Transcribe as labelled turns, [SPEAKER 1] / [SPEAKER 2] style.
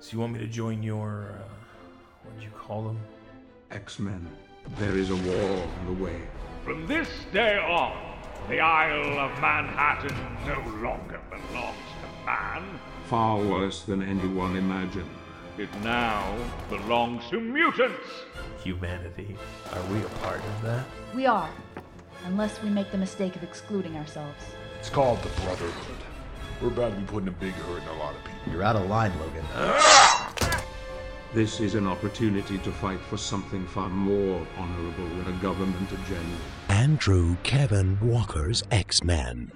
[SPEAKER 1] So you want me to join your, uh, what do you call them?
[SPEAKER 2] X Men, there is a war on the way.
[SPEAKER 3] From this day on, the Isle of Manhattan no longer belongs to man.
[SPEAKER 2] Far worse than anyone imagined.
[SPEAKER 3] It now belongs to mutants.
[SPEAKER 1] Humanity. Are we a part of that?
[SPEAKER 4] We are, unless we make the mistake of excluding ourselves.
[SPEAKER 5] It's called the Brotherhood. We're about to be putting a big hurt in a lot of people.
[SPEAKER 6] You're out of line, Logan.
[SPEAKER 2] This is an opportunity to fight for something far more honorable than a government agenda.
[SPEAKER 7] Andrew Kevin Walker's X Men